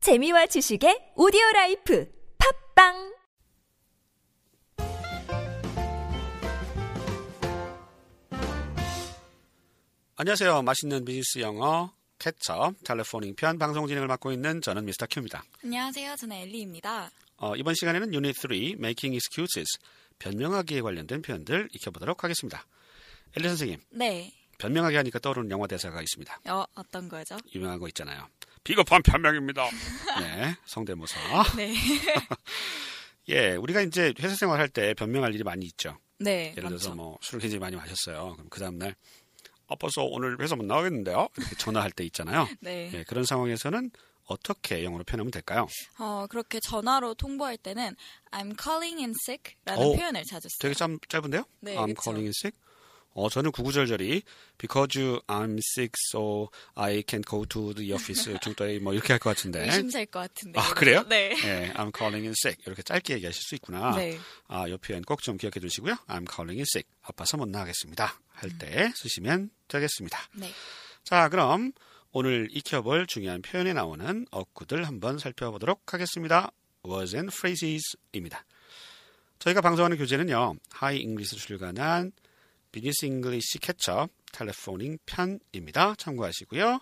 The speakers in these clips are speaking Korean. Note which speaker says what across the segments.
Speaker 1: 재미와 지식의 오디오 라이프 팝빵
Speaker 2: 안녕하세요. 맛있는 비즈니스 영어 캐처 텔레포닝 편 방송 진행을 맡고 있는 저는 미스터 큐입니다.
Speaker 3: 안녕하세요. 저는 엘리입니다.
Speaker 2: 어, 이번 시간에는 유닛 3 Making Excuses 변명하기에 관련된 표현들 익혀보도록 하겠습니다. 엘리 선생님,
Speaker 3: 네.
Speaker 2: 변명하기 하니까 떠오르는 영화 대사가 있습니다.
Speaker 3: 어, 어떤 거죠?
Speaker 2: 유명한 거 있잖아요. 비겁한 변명입니다. 네, 성대모사.
Speaker 3: 네.
Speaker 2: 예, 우리가 이제 회사 생활할 때 변명할 일이 많이 있죠.
Speaker 3: 네.
Speaker 2: 예를
Speaker 3: 많죠.
Speaker 2: 들어서 뭐 술을 굉장히 많이 마셨어요. 그럼 그 다음날 아, 벌써 오늘 회사 못 나가겠는데요? 이렇게 전화할 때 있잖아요.
Speaker 3: 네.
Speaker 2: 예, 그런 상황에서는 어떻게 영어로 표현하면 될까요?
Speaker 3: 어, 그렇게 전화로 통보할 때는 I'm calling in sick 라는
Speaker 2: 오,
Speaker 3: 표현을 자주 써요.
Speaker 2: 어. 되게 참 짧은데요?
Speaker 3: 네,
Speaker 2: I'm
Speaker 3: 그쵸.
Speaker 2: calling in sick. 어, 저는 구구절절이 because you, I'm sick, so I can't go to the office today 뭐 이렇게 할 것 같은데.
Speaker 3: 의심살 것 같은데.
Speaker 2: 아, 그래요?
Speaker 3: 네.
Speaker 2: 예, I'm calling in sick. 이렇게 짧게 얘기하실 수 있구나.
Speaker 3: 네.
Speaker 2: 아, 요 표현 꼭 좀 기억해 두시고요. I'm calling in sick. 아파서 못 나가겠습니다.
Speaker 3: 음.
Speaker 2: 할 때 쓰시면 되겠습니다.
Speaker 3: 네.
Speaker 2: 자, 그럼 오늘 익혀볼 중요한 표현에 나오는 어구들 한번 살펴보도록 하겠습니다. words and phrases입니다. 저희가 방송하는 교재는요. 하이 잉글리스 출간한 비즈니스 잉글리시 캐처 텔레포닝 편입니다. 참고하시고요.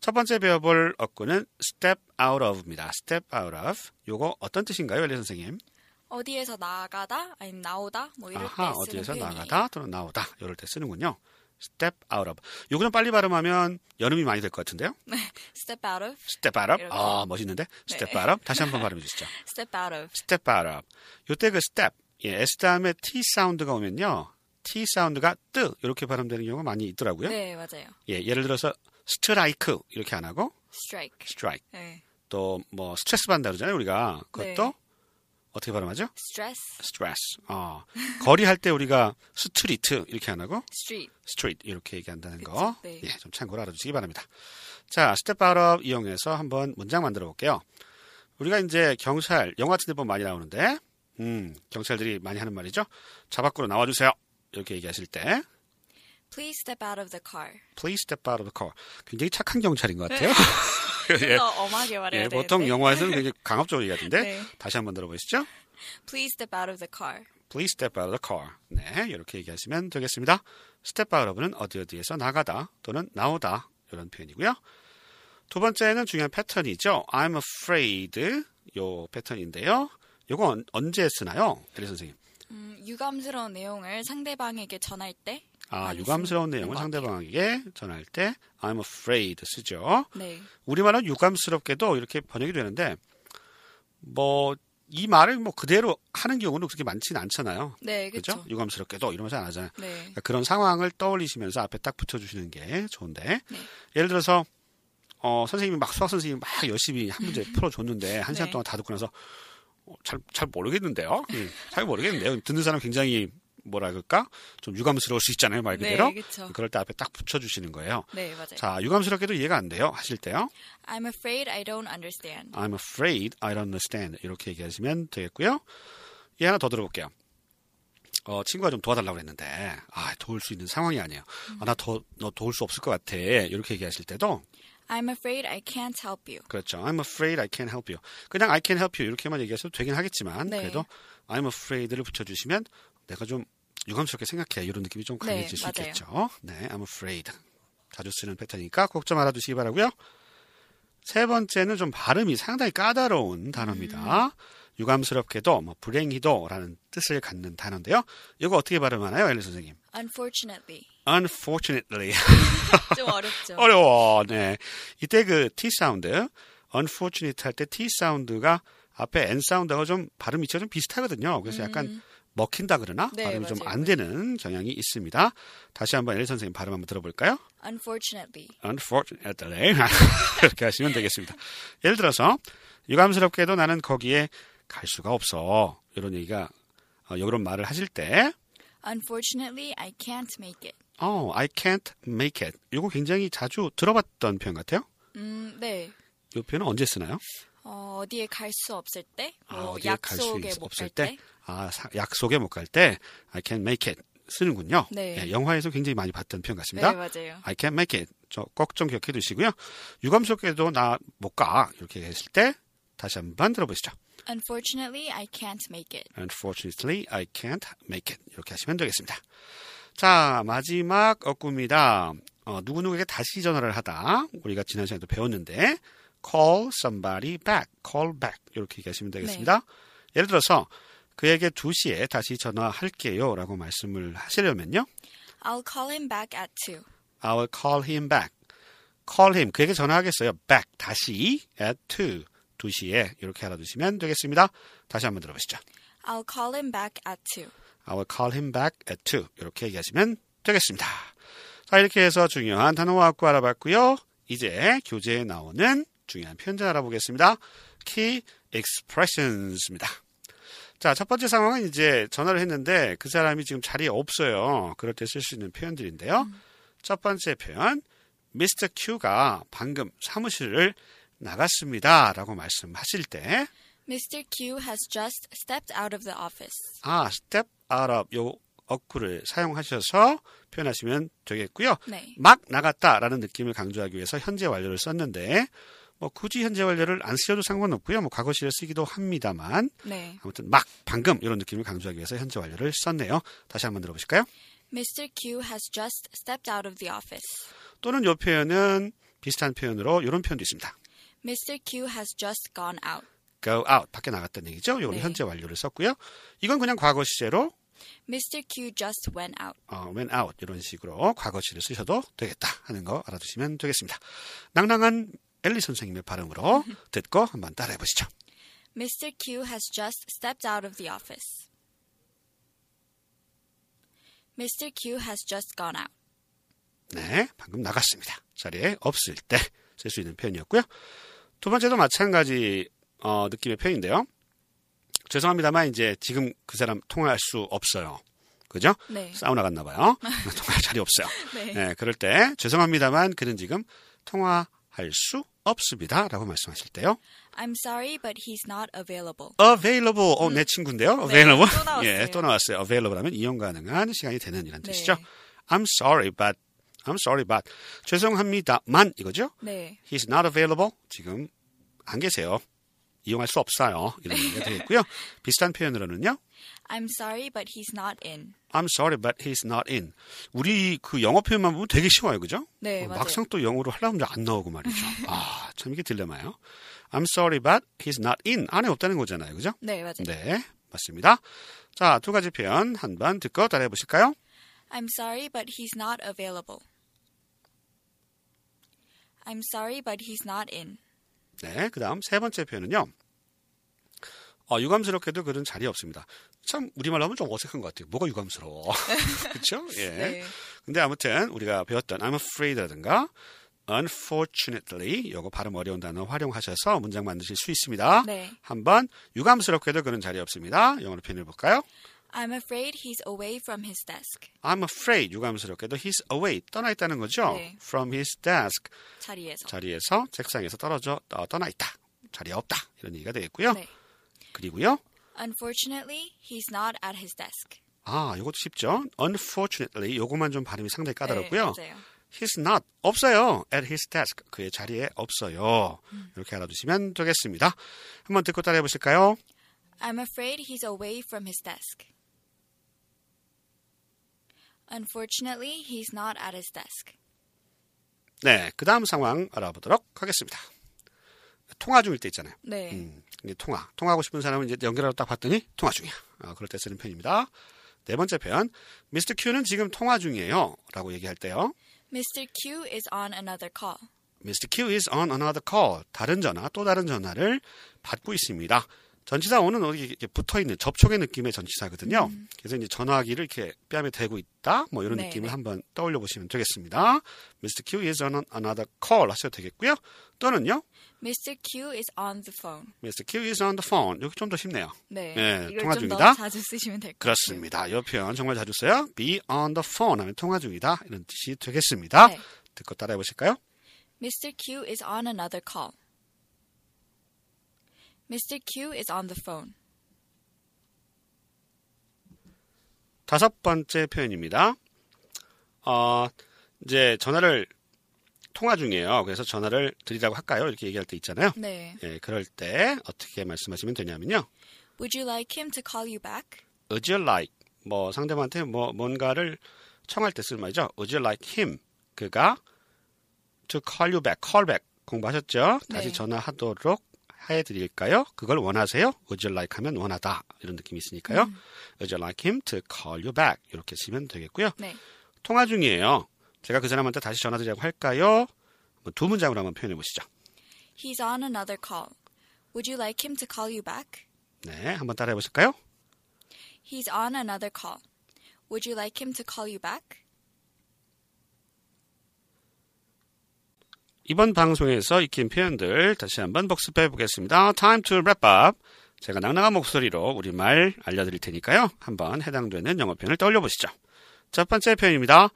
Speaker 2: 첫 번째 배워볼 어구는 step out of입니다. step out of. 요거 어떤 뜻인가요, 엘리 선생님?
Speaker 3: 어디에서 나가다 아니면 나오다 뭐 이럴
Speaker 2: 아하,
Speaker 3: 때 쓰는
Speaker 2: 어디에서
Speaker 3: 표현이에요.
Speaker 2: 나가다 또는 나오다. 이럴 때 쓰는군요. step out of. 요거 좀 빨리 발음하면 연음이 많이 될 것 같은데요?
Speaker 3: 네. step out of
Speaker 2: 스텝 바람.
Speaker 3: 이렇게. 네.
Speaker 2: 아, 멋있는데? 스텝 바람. 다시 한번 발음해 주시죠.
Speaker 3: step out of
Speaker 2: 스텝 바람. 요때 그 스텝. 예, S 다음에 T 사운드가 오면요. T 사운드가 뜨. 이렇게 발음되는 경우가 많이 있더라고요.
Speaker 3: 네, 맞아요.
Speaker 2: 예, 예를 들어서 스트라이크 이렇게 안 하고
Speaker 3: strike.
Speaker 2: 스트라이크.
Speaker 3: 네.
Speaker 2: 또 뭐 스트레스 받는다 그러잖아요, 우리가. 그것도
Speaker 3: 네.
Speaker 2: 어떻게 발음하죠?
Speaker 3: stress
Speaker 2: 스트레스. 어. 거리 할 때 우리가 스트리트 이렇게 안 하고
Speaker 3: street.
Speaker 2: 스트릿 이렇게 얘기한다는 거.
Speaker 3: 그쵸, 네.
Speaker 2: 예, 좀 참고로 알아주시기 바랍니다. 자, 스텝 발업 이용해서 한번 문장 만들어 볼게요. 우리가 이제 경찰 영화 같은 데 보면 많이 나오는데 음, 경찰들이 많이 하는 말이죠. 차 밖으로 나와 주세요. 이렇게 얘기하실 때
Speaker 3: please step out of the car.
Speaker 2: please step out of the car. 굉장히 착한 경찰인
Speaker 3: 네,
Speaker 2: 것 같아요. 예.
Speaker 3: 좀더 엄하게 말해야
Speaker 2: 예,
Speaker 3: 되는데.
Speaker 2: 보통 영화에서는 굉장히 강압적으로 얘기하던데
Speaker 3: 네.
Speaker 2: 다시 한번 들어보시죠.
Speaker 3: please step out of the car.
Speaker 2: Please step out of the car. 네, 이렇게 얘기하시면 되겠습니다. step out은 어디 어디에서 나가다 또는 나오다 이런 표현이고요. 두 번째는 중요한 패턴이죠. I'm afraid 요 패턴인데요. 요건 언제 쓰나요, 대리 선생님?
Speaker 3: 음, 유감스러운 내용을 상대방에게 전할 때
Speaker 2: 아,
Speaker 3: 많이
Speaker 2: 유감스러운
Speaker 3: 쓰는
Speaker 2: 내용을
Speaker 3: 네, 것 같아요.
Speaker 2: 상대방에게 전할 때 I'm afraid 쓰죠.
Speaker 3: 네.
Speaker 2: 우리말은 유감스럽게도 이렇게 번역이 되는데 뭐 이 말을 뭐 그대로 하는 경우는 그렇게 많지는 않잖아요.
Speaker 3: 네,
Speaker 2: 그렇죠?
Speaker 3: 그렇죠.
Speaker 2: 유감스럽게도 이러면서 안 하잖아요.
Speaker 3: 네.
Speaker 2: 그런 상황을 떠올리시면서 앞에 딱 붙여주시는 게 좋은데
Speaker 3: 네.
Speaker 2: 예를 들어서 어, 선생님이 막 수학 선생님이 막 열심히 한 문제 풀어줬는데 한 시간
Speaker 3: 음. 네.
Speaker 2: 동안 다 듣고 나서 어, 잘, 잘 모르겠는데요. 예, 잘 모르겠는데요. 듣는 사람 굉장히 뭐라 그럴까 좀 유감스러울 수 있잖아요 말 그대로.
Speaker 3: 네, 그렇죠.
Speaker 2: 그럴 때 앞에 딱 붙여주시는 거예요.
Speaker 3: 네, 맞아요.
Speaker 2: 자 유감스럽게도 이해가 안 돼요 하실 때요.
Speaker 3: I'm afraid I don't understand.
Speaker 2: I'm afraid I don't understand 이렇게 얘기하시면 되겠고요. 이 하나 더 들어볼게요. 어, 친구가 좀 도와달라고 했는데 아 도울 수 있는 상황이 아니에요. 아, 나더너 도울 수 없을 것 같아 이렇게 얘기하실 때도
Speaker 3: I'm afraid I can't help you.
Speaker 2: 그렇죠. I'm afraid I can't help you. 그냥 I can't help you 이렇게만 얘기하셔도 되긴 하겠지만
Speaker 3: 네.
Speaker 2: 그래도 I'm afraid를 붙여주시면 내가 좀 유감스럽게 생각해 이런 느낌이 좀
Speaker 3: 네,
Speaker 2: 강해질 수
Speaker 3: 맞아요.
Speaker 2: 있겠죠. 네, I'm afraid. 자주 쓰는 패턴이니까 꼭 좀 알아두시기 바라고요. 세 번째는 좀 발음이 상당히 까다로운
Speaker 3: 음.
Speaker 2: 단어입니다. 유감스럽게도 뭐 불행히도라는 뜻을 갖는 단어인데요. 이거 어떻게 발음하나요, 엘리 선생님?
Speaker 3: Unfortunately.
Speaker 2: Unfortunately.
Speaker 3: 좀 어렵죠.
Speaker 2: 어려워. 네. 이때 그 T 사운드, unfortunate 할 때 T 사운드가 앞에 N 사운드하고 좀 발음 위치가 좀 비슷하거든요. 그래서 약간 먹힌다 그러나
Speaker 3: 음. 네,
Speaker 2: 발음이 좀
Speaker 3: 맞아요.
Speaker 2: 안 되는 경향이 있습니다. 다시 한번 엘 선생님 발음 한번 들어볼까요?
Speaker 3: Unfortunately.
Speaker 2: unfortunately 이렇게 하시면 되겠습니다. 예를 들어서 유감스럽게도 나는 거기에 갈 수가 없어 이런 얘기가 어, 이런 말을 하실 때
Speaker 3: Unfortunately, I can't make it.
Speaker 2: 어, I can't make it 이거 굉장히 자주 들어봤던 표현 같아요.
Speaker 3: 음, 네.
Speaker 2: 이 표현은 언제 쓰나요?
Speaker 3: 어, 어디에 갈 수 없을 때,
Speaker 2: 아,
Speaker 3: 뭐
Speaker 2: 어디에 갈 수
Speaker 3: 약속에 못
Speaker 2: 없을
Speaker 3: 갈
Speaker 2: 때?
Speaker 3: 때.
Speaker 2: 아, 사- 약속에 못 갈 때 I can't make it 쓰는군요.
Speaker 3: 네.
Speaker 2: 예, 영화에서 굉장히 많이 봤던 표현 같습니다.
Speaker 3: 네, 맞아요.
Speaker 2: I can't make it. 꼭좀 기억해 두시고요. 유감스럽게도 나 못 가. 이렇게 했을 때 다시 한번 들어보시죠.
Speaker 3: Unfortunately, I can't make it.
Speaker 2: Unfortunately, I can't make it. 이렇게 하시면 되겠습니다. 자, 마지막 어구입니다. 어, 누구누구에게 다시 전화를 하다. 우리가 지난 시간에도 배웠는데, call somebody back, call back. 이렇게 얘기하시면 되겠습니다. 예를 들어서, 그에게 2시에 다시 전화할게요. 라고 말씀을 하시려면요.
Speaker 3: I'll call him back at 2.
Speaker 2: I'll call him back. call him. 그에게 전화하겠어요. back. 다시 at 2. 2시에. 이렇게 알아두시면 되겠습니다. 다시 한번 들어보시죠.
Speaker 3: I'll call him back at 2.
Speaker 2: I will call him back at 2. 이렇게 얘기하시면 되겠습니다. 자, 이렇게 해서 중요한 단어와 학구 알아봤고요. 이제 교재에 나오는 중요한 표현들 알아보겠습니다. Key expressions입니다. 자, 첫 번째 상황은 이제 전화를 했는데 그 사람이 지금 자리에 없어요. 그럴 때 쓸 수 있는 표현들인데요. 첫 번째 표현, Mr. Q가 방금 사무실을 나갔습니다. 라고 말씀하실 때,
Speaker 3: Mr. Q has just stepped out of the office.
Speaker 2: 아, step out of 요 어구를 사용하셔서 표현하시면 되겠고요.
Speaker 3: 네.
Speaker 2: 막 나갔다라는 느낌을 강조하기 위해서 현재 완료를 썼는데 뭐 굳이 현재 완료를 안 쓰셔도 상관없고요. 뭐 과거시를 쓰기도 합니다만
Speaker 3: 네.
Speaker 2: 아무튼 막 방금 이런 느낌을 강조하기 위해서 현재 완료를 썼네요. 다시 한번 들어보실까요?
Speaker 3: Mr. Q has just stepped out of the office.
Speaker 2: 또는 요 표현은 비슷한 표현으로 이런 표현도 있습니다.
Speaker 3: Mr. Q has just gone out.
Speaker 2: go out 밖에 나갔다는 얘기죠. 요거는
Speaker 3: 네.
Speaker 2: 현재 완료를 썼고요. 이건 그냥 과거 시제로
Speaker 3: Mr. Q just went out.
Speaker 2: 어, went out 이런 식으로 과거시를 쓰셔도 되겠다 하는 거 알아두시면 되겠습니다. 낭랑한 엘리 선생님의 발음으로 듣고 한번 따라해 보시죠.
Speaker 3: Mr. Q has just stepped out of the office. Mr. Q has just gone out.
Speaker 2: 네, 방금 나갔습니다. 자리에 없을 때 쓸 수 있는 표현이었고요. 두 번째도 마찬가지 어, 느낌의 표현인데요. 죄송합니다만 이제 지금 그 사람 통화할 수 없어요. 그죠?
Speaker 3: 네.
Speaker 2: 사우나 갔나 봐요. 통화할 자리 없어요.
Speaker 3: 네.
Speaker 2: 네, 그럴 때 죄송합니다만 그는 지금 통화할 수 없습니다라고 말씀하실 때요.
Speaker 3: I'm sorry, but he's not available.
Speaker 2: available. 어, 내 친구인데요. available.
Speaker 3: 음. 네, 또 나왔어요.
Speaker 2: 예, 또 나왔어요. available 하면 이용 가능한 시간이 되는 이란
Speaker 3: 네.
Speaker 2: 뜻이죠. I'm sorry, but I'm sorry, but 죄송합니다만 이거죠.
Speaker 3: 네.
Speaker 2: He's not available. 지금 안 계세요. 이용할 수 없어요. 이런 얘기가 되겠고요. 비슷한 표현으로는요.
Speaker 3: I'm sorry, but he's not in.
Speaker 2: I'm sorry, but he's not in. 우리 그 영어 표현만 보면 되게 쉬워요, 그죠?
Speaker 3: 네,
Speaker 2: 어,
Speaker 3: 맞아요.
Speaker 2: 막상 또 영어로 하려면 안 나오고 말이죠. 아, 참 이게 딜레마예요. I'm sorry, but he's not in. 안에 없다는 거잖아요, 그죠?
Speaker 3: 네, 맞아요.
Speaker 2: 네, 맞습니다. 자, 두 가지 표현 한 번 듣고 따라해 보실까요?
Speaker 3: I'm sorry, but he's not available. I'm sorry, but he's not in.
Speaker 2: 네, 그 다음 세 번째 표현은요. 어, 유감스럽게도 그런 자리에 없습니다. 참, 우리말로 하면 좀 어색한 것 같아요. 뭐가 유감스러워. 그쵸? 예.
Speaker 3: 네.
Speaker 2: 근데 아무튼 우리가 배웠던 I'm afraid라든가 unfortunately 요거 발음 어려운 단어 활용하셔서 문장 만드실 수 있습니다.
Speaker 3: 네.
Speaker 2: 한번 유감스럽게도 그런 자리에 없습니다. 영어로 표현해 볼까요?
Speaker 3: I'm afraid he's away from his desk.
Speaker 2: I'm afraid 유감스럽게도 he's away 떠나 있다는 거죠.
Speaker 3: 네.
Speaker 2: From his desk
Speaker 3: 자리에서.
Speaker 2: 자리에서 책상에서 떨어져 어, 떠나 있다. 자리에 없다. 이런 얘기가 되겠고요.
Speaker 3: 네.
Speaker 2: 그리고요.
Speaker 3: Unfortunately, he's not at his desk.
Speaker 2: 아, 이것도 쉽죠. Unfortunately 요거만 좀 발음이 상당히 까다롭고요.
Speaker 3: 네, 맞아요.
Speaker 2: He's not 없어요. At his desk 그의 자리에 없어요.
Speaker 3: 음.
Speaker 2: 이렇게 알아두시면 되겠습니다. 한번 듣고 따라해 보실까요?
Speaker 3: I'm afraid he's away from his desk. Unfortunately, he's not at his desk.
Speaker 2: 네, 그 다음 상황 알아보도록 하겠습니다. 통화 중일 때 있잖아요.
Speaker 3: 네.
Speaker 2: 음, 이게 통화, 통화하고 싶은 사람은 이제 연결하러 딱 봤더니 통화 중이야. 아, 그럴 때 쓰는 표현입니다. 네 번째 표현, Mr. Q는 지금 통화 중이에요.라고 얘기할 때요.
Speaker 3: Mr. Q is on another call.
Speaker 2: Mr. Q is on another call. 다른 전화, 또 다른 전화를 받고 있습니다. 전치사 오는 어디 이렇게 붙어 있는 접촉의 느낌의 전치사거든요. 그래서 이제 전화기를 이렇게 뺨에 대고 있다, 뭐 이런
Speaker 3: 음. 네,
Speaker 2: 느낌을
Speaker 3: 네.
Speaker 2: 한번 떠올려 보시면 되겠습니다. Mr. Q is on another call 하셔도 되겠고요. 또는요,
Speaker 3: Mr. Q is on the phone.
Speaker 2: Mr. Q is on the phone. 여기 좀 더 쉽네요.
Speaker 3: 네.
Speaker 2: 네,
Speaker 3: 이걸
Speaker 2: 통화
Speaker 3: 좀
Speaker 2: 중이다.
Speaker 3: 더 자주 쓰시면 될 것 같아요.
Speaker 2: 그렇습니다. 이 표현 정말 자주 써요. Be on the phone 하면 통화 중이다 이런 뜻이 되겠습니다.
Speaker 3: 네.
Speaker 2: 듣고 따라해 보실까요?
Speaker 3: Mr. Q is on another call. Mr. Q is on the phone.
Speaker 2: 다섯 번째 표현입니다. 어, 이제 전화를 통화 중이에요. 그래서 전화를 드리라고 할까요? 이렇게 얘기할 때 있잖아요.
Speaker 3: 네.
Speaker 2: 예, 그럴 때 어떻게 말씀하시면 되냐면요.
Speaker 3: Would you like him to call you back?
Speaker 2: Would you like 뭐 상대방한테 뭐 뭔가를 청할 때 쓰는 말이죠. Would you like him 그가 to call you back, call back 공부하셨죠?
Speaker 3: 네.
Speaker 2: 다시 전화하도록 해드릴까요? 그걸 원하세요? Would you like 하면 원하다 이런 느낌이 있으니까요. Would you like him to call you back 이렇게 쓰면 되겠고요.
Speaker 3: 네.
Speaker 2: 통화 중이에요. 제가 그 사람한테 다시 전화드리라고 할까요? 한번 두 문장으로 한번 표현해 보시죠.
Speaker 3: He's on another call. Would you like him to call you back?
Speaker 2: 네, 한번 따라해 보실까요?
Speaker 3: He's on another call. Would you like him to call you back?
Speaker 2: 이번 방송에서 익힌 표현들 다시 한번 복습해 보겠습니다. Time to wrap up. 제가 낭낭한 목소리로 우리말 알려드릴 테니까요. 한번 해당되는 영어 표현을 떠올려 보시죠. 첫 번째 표현입니다.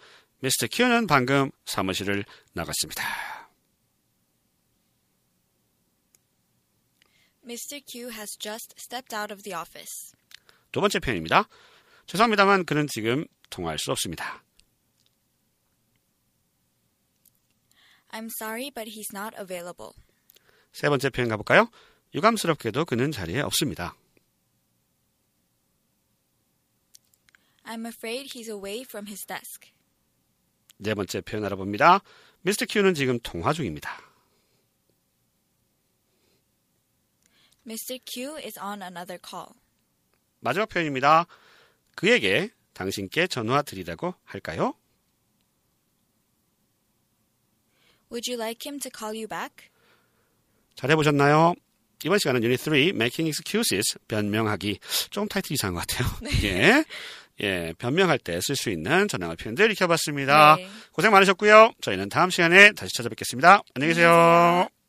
Speaker 2: Mr. Q는 방금 사무실을 나갔습니다.
Speaker 3: Mr. Q has just stepped out of the office.
Speaker 2: 두 번째 표현입니다. 죄송합니다만 그는 지금 통화할 수 없습니다.
Speaker 3: I'm sorry, but he's not available.
Speaker 2: 세 번째 표현 가볼까요? 유감스럽게도 그는 자리에 없습니다.
Speaker 3: I'm afraid he's away from his desk.
Speaker 2: 네 번째 표현 알아봅니다. Mr. Q는 지금 통화 중입니다.
Speaker 3: Mr. Q is on another call.
Speaker 2: 마지막 표현입니다. 그에게 당신께 전화 드리라고 할까요?
Speaker 3: Would you like him to call you back?
Speaker 2: 잘해보셨나요? 이번 시간은 유닛 3, Making Excuses, 변명하기. 좀 타이틀 이상한 것 같아요. 예. 예, 변명할 때 쓸 수 있는 전형의 표현들 익혀봤습니다.
Speaker 3: 네.
Speaker 2: 고생 많으셨고요. 저희는 다음 시간에 다시 찾아뵙겠습니다. 안녕히 계세요.